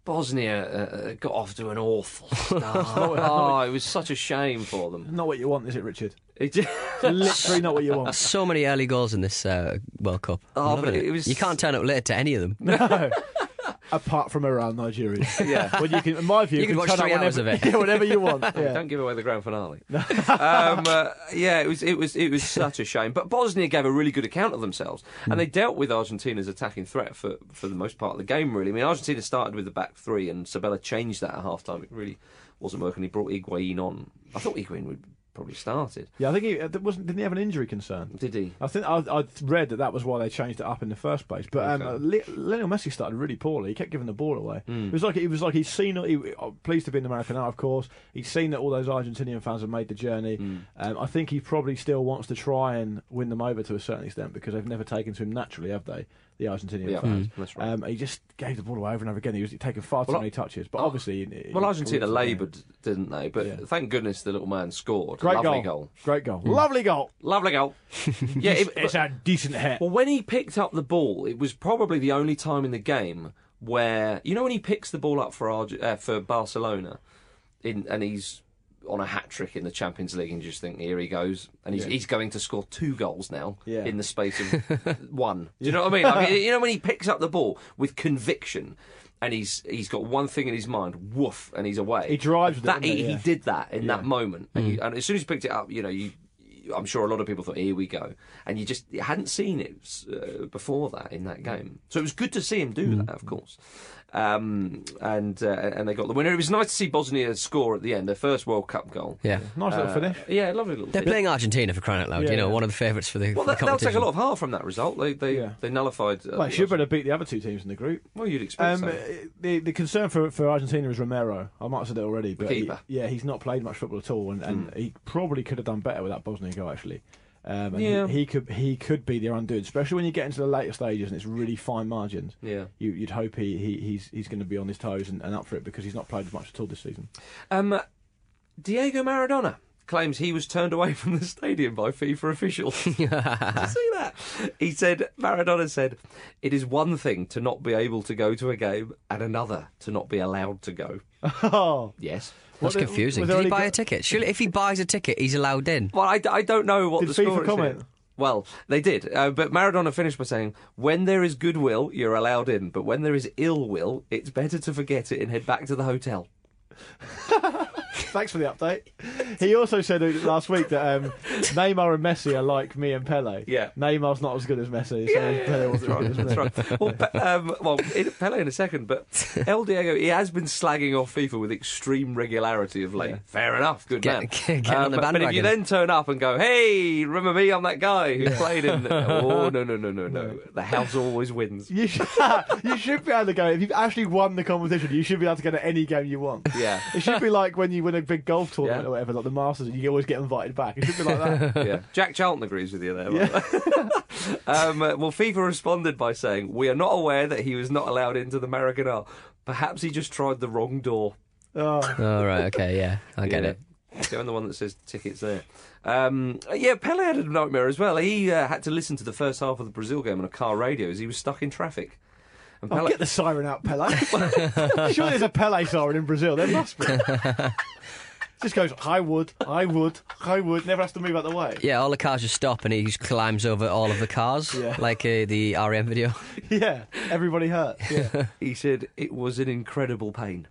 Bosnia uh, uh, got off to an awful start. oh, it was such a shame for them. Not what you want, is it, Richard? It just- Literally not what you want. So many early goals in this uh, World Cup. I'm Oh, loving but it was- You can't turn up late to any of them. No. Apart from Iran, Nigeria. Yeah. When you can, in my view, You can watch turn up three hours whenever- of it. Yeah, whenever you want. Yeah. Don't give away the grand finale. um, uh, yeah, it was it was it was such a shame. But Bosnia gave a really good account of themselves, Hmm. and they dealt with Argentina's attacking threat for for the most part of the game. Really, I mean, Argentina started with the back three, and Sabella changed that at half time. It really wasn't working. He brought Higuain on. I thought Higuain would probably started. Yeah, I think he uh, there wasn't. Didn't he have an injury concern? Did he? I think I, I read that that was why they changed it up in the first place. But um, Le- Lionel Messi started really poorly. He kept giving the ball away. Hmm. It was like he was like he's seen. He, oh, pleased to be in the American of course. He's seen that all those Argentinian fans have made the journey. Hmm. Um, I think he probably still wants to try and win them over to a certain extent because they've never taken to him naturally, have they? The Argentinian Yeah, Hmm. fans. that's right. Um, he just gave the ball away over and over again. He was taking far too Well, many touches. But Ar- obviously, it- Well, it- Argentina laboured, didn't they? But Yeah. thank goodness the little man scored. Great Lovely Hmm. goal. Great goal. Lovely goal. Lovely goal. yeah, it- It's a decent hit. Well, when he picked up the ball, it was probably the only time in the game where you know when he picks the ball up for Arge- uh, for Barcelona, in, and he's on a hat trick in the Champions League and you just think, here he goes. And he's, he's going to score two goals now Yeah. in the space of one. Do you know what I mean? I mean? You know when he picks up the ball with conviction and he's he's got one thing in his mind, woof, and he's away. He drives with it, that. doesn't he, he? he Yeah. Mm. did that in that moment. And, you, and as soon as he picked it up, you know, you. you- I'm sure a lot of people thought, "Here we go," and you just you hadn't seen it uh, before that in that game, so it was good to see him do Mm. that, of course. Um, and uh, and they got the winner. It was nice to see Bosnia score at the end, their first World Cup goal. Uh, Yeah. Nice little finish. Yeah, lovely little. They're bit. playing Argentina for crying out loud. Yeah, you know, yeah. one of the favourites for the, Well, for that, the they'll take competition. a lot of heart from that result. They they, Yeah. they nullified. uh, Well, the it should last- have beat the other two teams in the group. well, you'd expect Um, so. the the concern for, for Argentina is Romero. I might have said it already, but he- Keeper. Hmm. yeah, he's not played much football at all, and, and he probably could have done better with that Bosnia goal actually. Um, and he- Yeah. he, could he could be their undoing, especially when you get into the later stages and it's really fine margins. Yeah. you, you'd hope he, he he's he's going to be on his toes and, and up for it because he's not played much at all this season. Um, Diego Maradona claims he was turned away from the stadium by FIFA officials. Did you see that? He said, Maradona said, it is one thing to not be able to go to a game and another to not be allowed to go. Oh, Yes. That's Well, they- confusing. was Did there he any buy go- a ticket? Surely, if he buys a ticket, he's allowed in. Well, I, I don't know what Did the FIFA score is. here. comment? Well, they did. Uh, but Maradona finished by saying, when there is goodwill, you're allowed in. But when there is ill will, it's better to forget it and head back to the hotel. Thanks for the update. He also said last week that um, Neymar and Messi are like me and Pele. Yeah. Neymar's not as good as Messi. So Pele That's wasn't right. as good as That's me. right. Well, Pe- um, well it, Pele in a second, but El Diego, he has been slagging off FIFA with extreme regularity of late. Fair enough, good Get- man. Um, get- get on the but, but if you bandwagon. then turn up and go, hey, remember me? I'm that guy who played in. The-" oh, no, no, no, no, no. The house always wins. You should, you should be able to go. If you've actually won the competition, you should be able to go to any game you want. Yeah. It should be like when you win a big golf tournament Yeah. or whatever, like the Masters, you always get invited back. It should be like that. yeah. Jack Charlton agrees with you there. by the way. um, uh, well, FIFA responded by saying, We are not aware that he was not allowed into the Maracanã. Perhaps he just tried the wrong door. Oh. All right. Okay. Yeah. I get it. Go on the one that says tickets there. Um, yeah, Pele had a nightmare as well. He uh, had to listen to the first half of the Brazil game on a car radio as he was stuck in traffic. And Oh, Pele, get the siren out, Pele. sure, there's a Pele siren in Brazil. There must be. Just goes, I would, I would, I would. Never has to move out the way. Yeah. All the cars just stop, and he just climbs over all of the cars, Yeah. like uh, the REM video. Yeah, everybody hurt. Yeah. he said it was an incredible pain.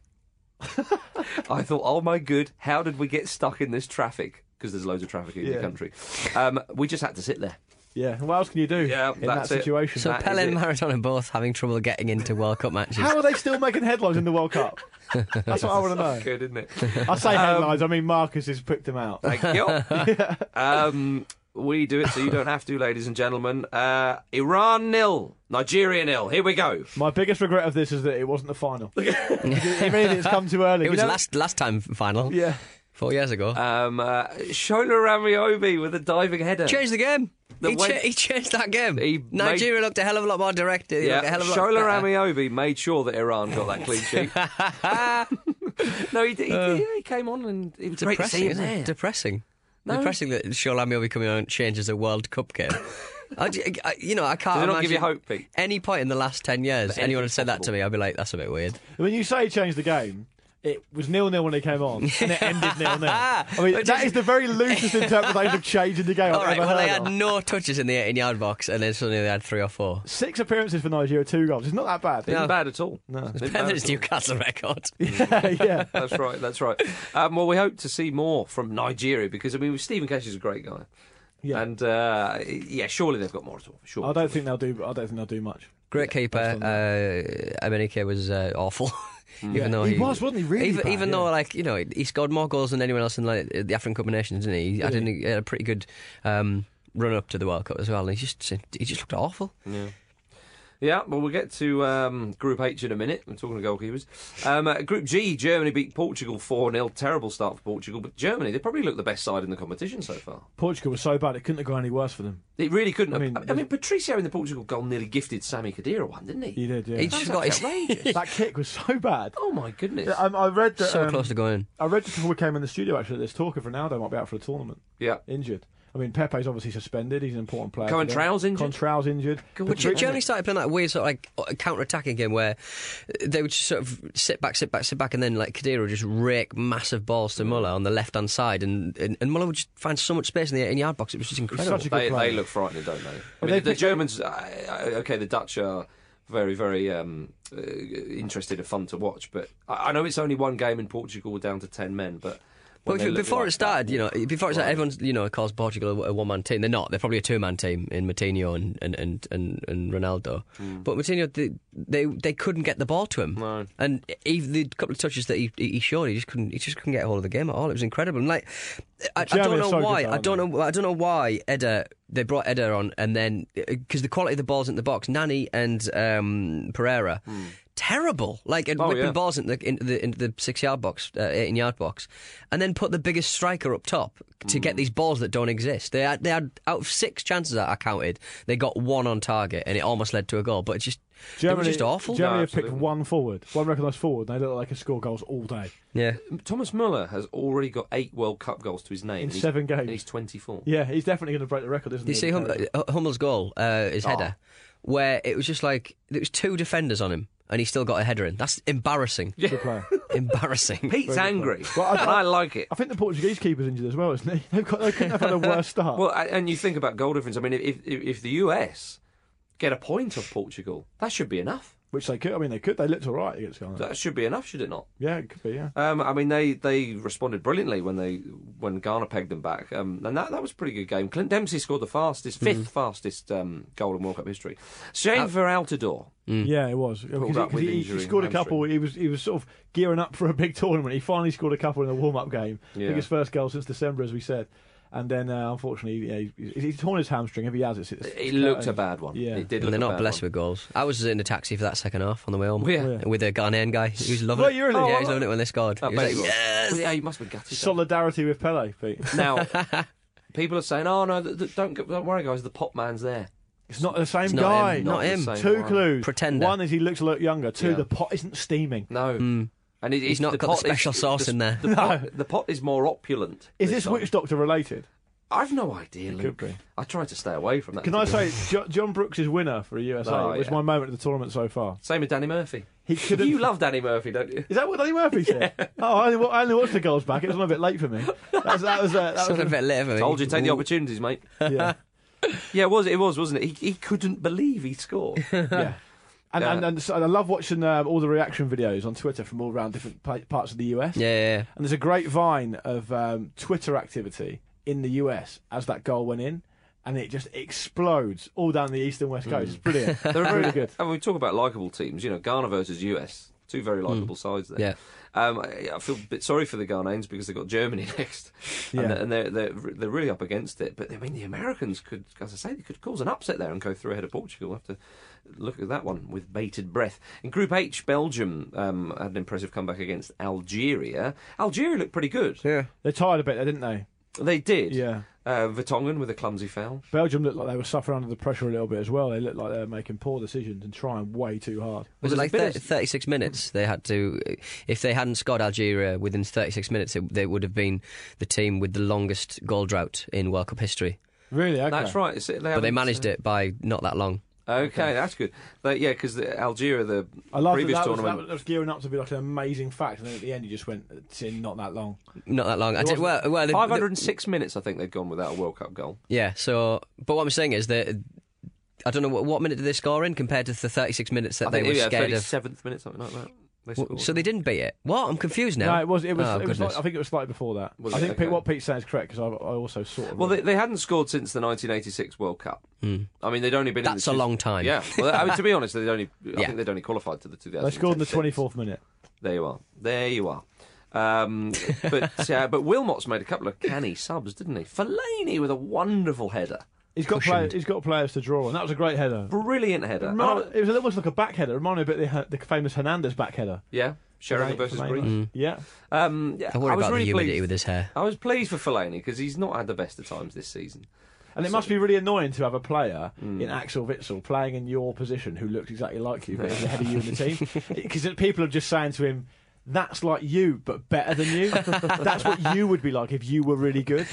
I thought, oh my good, how did we get stuck in this traffic? Because there's loads of traffic in the Yeah. country. Um, we just had to sit there. yeah. What else can you do Yeah, in that that's it. situation? So That is Pele and it. Maradona both having trouble getting into World Cup matches. How are they still making headlines in the World Cup? That's what I want to know. Good, Um, isn't it? I say headlines, I mean Marcus has picked them out. Thank you. um, we do it so you don't have to, ladies and gentlemen. Uh, Iran nil, Nigeria nil. Here we go. My biggest regret of this is that it wasn't the final. if anything, it's come too It early. You was know- last last time final. Yeah. Four years ago. Um, uh, Shola Ramiobi with a diving header. changed the game. The he, way- cha- he changed that game. He Nigeria looked a hell of a lot more directed. He Yeah, looked a hell of a lot Shola better. Ramiobi made sure that Iran got that clean sheet. no, he, did- he, yeah, he came on and it was great to see Depressing, him isn't there. it? Depressing. Depressing that Shola will be coming on and changes a World Cup game. I, d- I- you know, I can't Does it not imagine give you hope, Pete? any point in the last 10 years That anyone had anything's said that to possible. me, I'd be like, that's a bit weird. When you say change the game, it was nil nil when it came on, and it ended nil nil. I mean, Which that is- is the very loosest interpretation of changing the game I've All right, ever well, they heard. had of. no touches in the 18 yard box, and then suddenly they had three or four. Six appearances for Nigeria, two goals. It's not that bad. Isn't bad at all. No, Better than his Newcastle record. yeah. That's right. That's right. Um, well, we hope to see more from Nigeria because I mean, Stephen Cash is a great guy. Yeah. And uh, yeah, surely they've got more to offer. Sure. I don't think they'll do. I don't think they'll do much. Great keeper. Uh, Emenike was uh, awful. even Mm. Yeah, though he he, was, wasn't he? Really Even, bad, even yeah. though, like you know, he scored more goals than anyone else in like, the African Cup of Nations, didn't he? I didn't. He had a pretty good um, run up to the World Cup as well, and he just he just looked awful. Yeah, well, we'll get to um, Group H in a minute. I'm talking to goalkeepers. Um, uh, Group G, Germany beat Portugal 4 0. Terrible start for Portugal, but Germany, they probably look the best side in the competition so far. Portugal was so bad it couldn't have gone any worse for them. It really couldn't I have. mean, I mean, Patricio in the Portugal goal nearly gifted Sammy Khedira one, didn't he? He did. Yeah. He just got his that kick was so bad. Oh, my goodness. Um, I read that. so um, close to going. I read just before we came in the studio actually. that There's talk of Ronaldo might be out for the tournament. Yeah. injured. I mean, Pepe's obviously suspended. He's an important player. for them. Contrail's injured? Contrail's injured. But Patricio- Germany started playing that weird sort of like counter attacking game where they would just sort of sit back, sit back, sit back, and then like Kadira would just rake massive balls to Mm. Muller on the left hand side, and, and, and Muller would just find so much space in the 18 yard box. It was just incredible. such a good They, player. they look frightened, don't they? I But mean, they the picked- Germans, I- I- okay, the Dutch are very, very um, uh, interested and fun to watch, but I, I know it's only one game in Portugal, we're down to 10 men, but. Well, when they if- look before like it started, that- you know, before it started, everyone's you know calls Portugal a one man team. They're not. They're probably a two man team in Matinho and and and and, and Ronaldo. Hmm. But Matinho, they, they they couldn't get the ball to him. No. And even the couple of touches that he he showed, he just couldn't he just couldn't get a hold of the game at all. It was incredible. And like, I, I don't Germany are know so good, why. though, I don't aren't know. I don't know why Eder they brought Eder on and then because the quality of the balls in the box, Nani and um, Pereira. Terrible, like and Hmm. Oh, whipping yeah. balls into the, into the into the six yard box, uh, eighteen yard box, and then put the biggest striker up top to Hmm. get these balls that don't exist. They had, they had out of six chances that I counted, they got one on target, and it almost led to a goal. But it's just it was just awful. Germany No, have picked absolutely. one forward, one recognised forward, and they look like they can score goals all day. yeah, Thomas Muller has already got eight World Cup goals to his name. and he's- seven games. And he's 24. Yeah, he's definitely going to break the record, isn't Do you he? see hum- uh, Hummel's goal, uh, his Ah. header, where it was just like there was two defenders on him, and he still got a header in. That's embarrassing. Good player. embarrassing. Pete's angry. Well, I- and I like it. I think the Portuguese keeper's injured as well, isn't he? They've got, they couldn't have had a worse start. Well, a- and you think about goal difference. I mean, if, if, if the US get a point off Portugal, that should be enough. which they could. I mean, they could. They looked all right against Ghana. That should be enough, should it not? Yeah, it could be. Yeah. Um, I mean, they, they responded brilliantly when they when Ghana pegged them back, um, and that, that was a pretty good game. Clint Dempsey scored the Mhm. fastest, fifth fastest um, goal in World Cup history. Shane Uh, Veraltador. Yeah, it was. Because up Hmm. he, with he- he injury and scored a hamstring. couple. He was he was sort of gearing up for a big tournament. He finally scored a couple in a warm up game. I Yeah. think his first goal since December, as we said. And then, uh, unfortunately, yeah, he's, he's torn his hamstring. If he has, it's, it's uh, It looked a bad one. Yeah. It did uh, And look they're a not bad blessed one. with goals. I was in the taxi for that second half on the way home Yeah. Yeah. with a Ghanaian guy. He was loving Were it. you really? Yeah, he was loving it when they scored. I He was bet like, he was. "Yes!" Oh, Yeah, you must be gutted. solidarity with Pele, Pete. now, people are saying, "Oh no, th- th- don't go- don't worry, guys. The pop man's there." It's not the same not guy. him, not the him. same Two one. clues. Pretender. One is he looks a lot younger. Two, Yeah. the pot isn't steaming. No, and it, Hmm. He's it's- not got the pot is- special sauce in there. The, pot, the pot is more opulent. Is this time. Witch Doctor related? I've no idea. Luke. could be. I try to stay away from that. Can to I be say honest. Jo- John Brooks' winner for a USA Oh, was yeah. my moment of the tournament so far. Same with Danny Murphy. He couldn't- You love Danny Murphy, don't you? Is that what Danny Murphy said? Oh, I only, wa- I only watched the goals back. It was a bit late for me. That was that was, uh, that It's was not a bit late, I Told you, think. take the Ooh. opportunities, mate. yeah, Yeah, it was. It was, wasn't it? He, he couldn't believe he scored. yeah. And, and, and, so- and I love watching um, all the reaction videos on Twitter from all around different pa- parts of the US. Yeah, yeah, yeah. And there's a great vine of um, Twitter activity in the US as that goal went in, and it just explodes all down the east and west coast. It's brilliant. They're really good. and we talk about likable teams. You know, Ghana versus US, two very Hmm. likable sides there. Yeah. Um, I, I feel a bit sorry for the Ghanaians because they've got Germany next, Yeah. and, they're, and they're they're they're really up against it. But I mean, the Americans could, as I say, they could cause an upset there and go through ahead of Portugal. We'll have to look at that one with bated breath. In Group H, Belgium um, had an impressive comeback against Algeria. Algeria looked pretty good. Yeah. They tired a bit, there, didn't they? They did. Yeah. Uh, Vertonghen with a clumsy foul. Belgium looked like they were suffering under the pressure a little bit as well. They looked like they were making poor decisions and trying way too hard. Was it Well, like there's a bit 30, of- 36 minutes? They had to. If they hadn't scored Algeria within 36 minutes, it, they would have been the team with the longest goal drought in World Cup history. Really? Okay. That's right. It's, But they managed it by not that long. uh, Okay, that's good. But, yeah, because Algeria, the I love that. previous That was, tournament, that was- that was gearing up to be like an amazing fact, and then at the end you just went, "It's in not that long." Not that long. I did, well, well, the- the- 506 minutes, I think they'd gone without a World Cup goal. Yeah. So, but what I'm saying is that I don't know what, what minute did they score in compared to the 36 minutes that I they think were yeah, scared of. 37th minute, something like that. They W- scored. So they didn't beat it. What? I'm confused now. No, it was. It was. Oh, it was goodness. like, I think it was slightly before that. Was I it? think Pete, Okay. what Pete said is correct because I, I also sort of. well, they, they hadn't scored since the 1986 World Cup. I mean, they'd only been. Hmm. That's a in the long time. Yeah. Well, I mean, to be honest, they'd only. I Yeah. think they'd only qualified to the 2000. They scored in the 24th minute. There you are. There you are. Um, but uh, but Wilmot's made a couple of canny subs, didn't he? Fellaini with a wonderful header, He's got Cushioned. players. He's got players to draw, and that was a great header. brilliant header. Remi- Oh, it was almost like a back header. It reminded me a bit of the, the famous Hernandez back header. yeah, Sheringham versus Right, Greece. Fellaini. Yeah. Um, yeah, I worry was about really the humidity pleased. with his hair. I was pleased for Fellaini because he's not had the best of times this season. And it must be really annoying to have a player Hmm. in Axel Witzel playing in your position who looks exactly like you, but is ahead of you in the team. Because people are just saying to him, that's like you, but better than you. that's what you would be like if you were really good.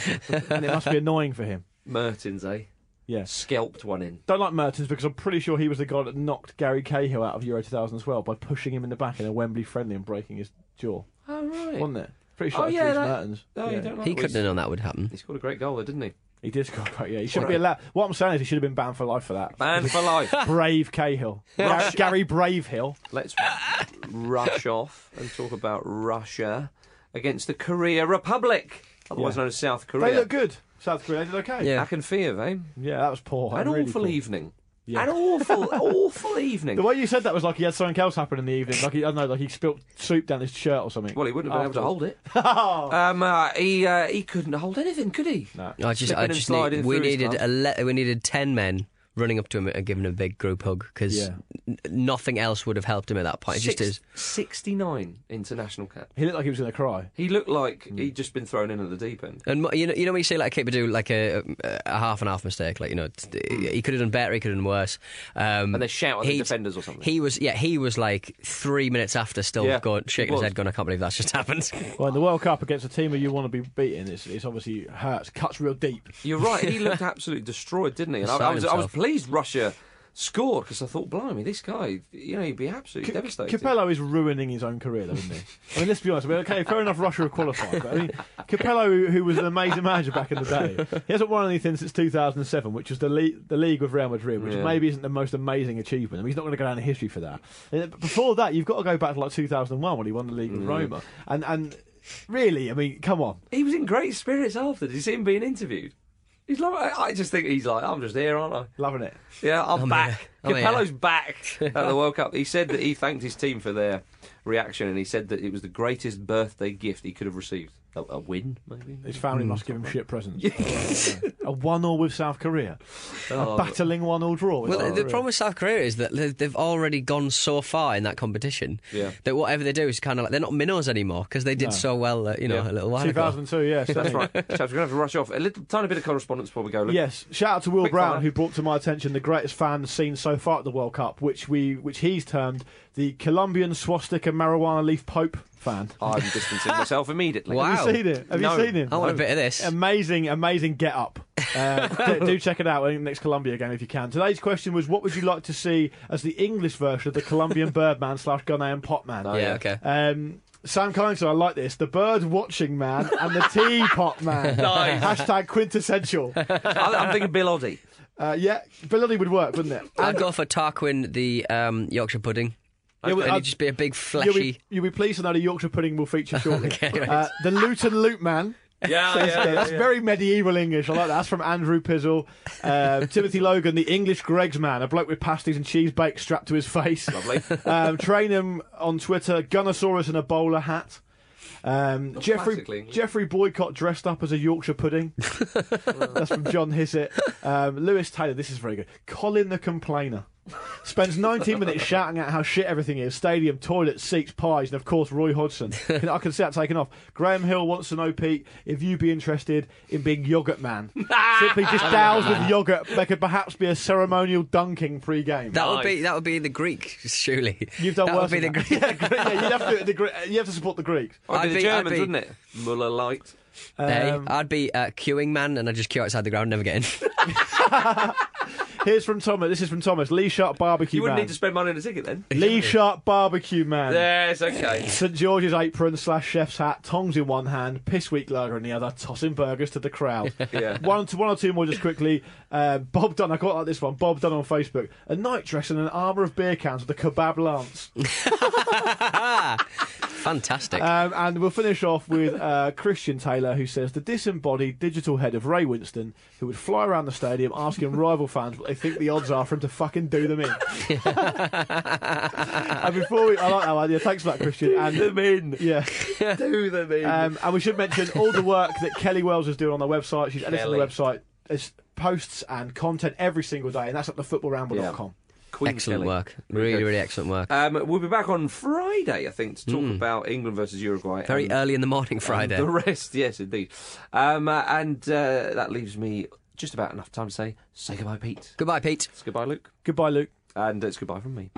And it must be annoying for him. Mertens, eh? Yeah. Scalped one in. Don't like Mertens because I'm pretty sure he was the guy that knocked Gary Cahill out of Euro 2000 as well by pushing him in the back in a Wembley friendly and breaking his jaw, Oh, right. wasn't it? Pretty Oh, sure yeah, it was that- Mertens. Oh, yeah. you don't like He well, couldn't he's- have known that would happen. He scored a great goal, there, didn't he? He did score quite. Yeah, he shouldn't be allowed. What I'm saying is he should have been banned for life for that. Man for life. Brave Cahill, Gar- Gary Bravehill. Let's rush off and talk about Russia against the Korea Republic, otherwise Yeah. known as South They Korea. look good. South Korea they did okay. Yeah. Akinfiev, eh? yeah, that was poor. An Really awful poor. evening. Yeah. An awful, awful evening. The way you said that was like he had something else happen in the evening. Like he, I don't know, like he spilt soup down his shirt or something. Oh. Well, he wouldn't have been able to hold it. hold. Um, uh, he uh, he couldn't hold anything, could he? No. I just, Slipping I and just sliding need, we through his needed glove. a le- we needed ten men running up to him and giving him a big group hug because Yeah. nothing else would have helped him at that point. It just is. sixty-nine international cap. he looked like he was going to cry. He looked like Hmm. he'd just been thrown in at the deep end. And mo- you know, you know when you see like a keeper do like a, a half and half mistake, like you know, t- he could have done better, he could have done worse. Um, Hmm. And they shout at the he'd- defenders or something. He was, yeah, he was like three minutes after, still Yeah, going, shaking he his was. head, going, "I can't believe that's just happened." Well, in the World Cup against a team who you want to be beating, it's, it's obviously hurts, cuts real deep. You're right. He looked absolutely destroyed, didn't he? And I, I Beside was I was himself. pleased Russia scored because I thought, blimey, this guy, you know, he'd be absolutely devastated. Capello is ruining his own career, though, isn't he? I mean, let's be honest. I mean, okay, fair enough, Russia have qualified. But I mean, Capello, who- who was an amazing manager back in the day, he hasn't won anything since 2007, which was the, le- the league with Real Madrid, which Yeah. maybe isn't the most amazing achievement. I mean, he's not going to go down in history for that. Uh, but Before that, you've got to go back to like 2001 when he won the league Mm. with Roma. And, and really, I mean, come on. He was in great spirits after. Did you see him being interviewed? He's like, I I just think he's like, I'm just here, aren't I? Loving it. Yeah, I'm, I'm back. here. I'm Capello's here. back at the World Cup. He said that he thanked his team for their reaction, and he said that it was the greatest birthday gift he could have received. A, a win, maybe. His Mm. family must give him shit presents. a one-all with South Korea. A battling one-all draw. with Oh, Well, South the- the Korea. problem with South Korea is that they- they've already gone so far in that competition Yeah. that whatever they do is kind of like they're not minnows anymore because they did so well, uh, you know, Yeah. a little while ago. 2002, yeah. That's right. Chaps, we're going to have to rush off. A little tiny bit of correspondence before we go. Luke. Yes, shout out to Will Quick Brown fire. who brought to my attention the greatest fan seen so far at the World Cup, which we which he's termed the Colombian swastika marijuana leaf pope fan. I'm distancing myself immediately. Wow. Have you seen it? Have No. you seen him? I want a bit of this. Amazing, amazing get up. Uh, do, do check it out in the next Colombia game if you can. Today's question was what would you like to see as the English version of the Colombian Birdman slash Ghanaian Potman? Oh, yeah, yeah. okay. Um, Sam Collington, I like this. The bird watching man and the teapot man. Nice. Hashtag quintessential. I- I'm thinking Bill Oddie. Uh, yeah, Belloni would work, wouldn't it? I'd go for Tarquin the um, Yorkshire pudding. Yeah, well, and I'd- he'd just be a big You'll fleshy. be, you'll be pleased to know the Yorkshire pudding will feature shortly. Okay, right. uh, the Luton Loot Man. Ah, Yeah, That's, good. That's very medieval English. I like that. That's from Andrew Pizzle. Um, Timothy Logan, the English Greg's man, a bloke with pasties and cheese baked strapped to his face. Lovely. Um, train him on Twitter, Gunnosaurus in a bowler hat. Um, classically Jeffrey English. Jeffrey Boycott dressed up as a Yorkshire pudding. That's from John Hissett. Um, Lewis Taylor, this is very good. Colin the Complainer. Spends 19 minutes shouting out how shit everything is stadium, toilets, seats, pies, and of course, Roy Hodgson. Can- I can see that taken off. Graham Hill wants to know, Pete, if you'd be interested in being yogurt man. Simply just doused with yogurt. There could perhaps be a ceremonial dunking pre game. That would Nice. be that would be the Greek, surely. You've done that worse. Would be than the that. Greek. yeah, Gre- yeah, you'd have to, do it the, Gre- you have to support the Greeks. I'd be I'd the be- I'd Germans, be- wouldn't it? Muller Light. Eh? Um, I'd be uh, queuing man, and I'd just queue outside the ground, never get in. Here's from Thomas. This is from Thomas. Lee Sharp Barbecue You wouldn't Man. need to spend money on a ticket then. Lee Sharp Barbecue Man. Yes, okay. St George's apron slash chef's hat, tongs in one hand, piss weak lager in the other, tossing burgers to the crowd. Yeah. One to one or two more just quickly. Uh, Bob Dunn, I quite like this one. Bob Dunn on Facebook. A night dress and an armour of beer cans with a kebab lance. Fantastic. Um, and we'll finish off with uh, Christian Taylor, who says the disembodied digital head of Ray Winston, who would fly around the stadium asking rival fans what they think the odds are for him to fucking do them in. and before we, I like that idea. Thanks for that, Christian. And do them in. Yeah. Do the mean. Um, and we should mention all the work that Kelly Wells is doing on their website. She's editing the Kelly. website. It's posts and content every single day, and that's at thefootballramble.com. Queen excellent Kelly. work. Really, really excellent work. Um, we'll be back on Friday, I think, to talk about England versus Uruguay. Very Um, and- early in the morning, and Friday. The rest, yes, indeed. Um, uh, and uh, that leaves me just about enough time to say, say goodbye, Pete. Goodbye, Pete. It's goodbye, Luke. Goodbye, Luke. And it's goodbye from me.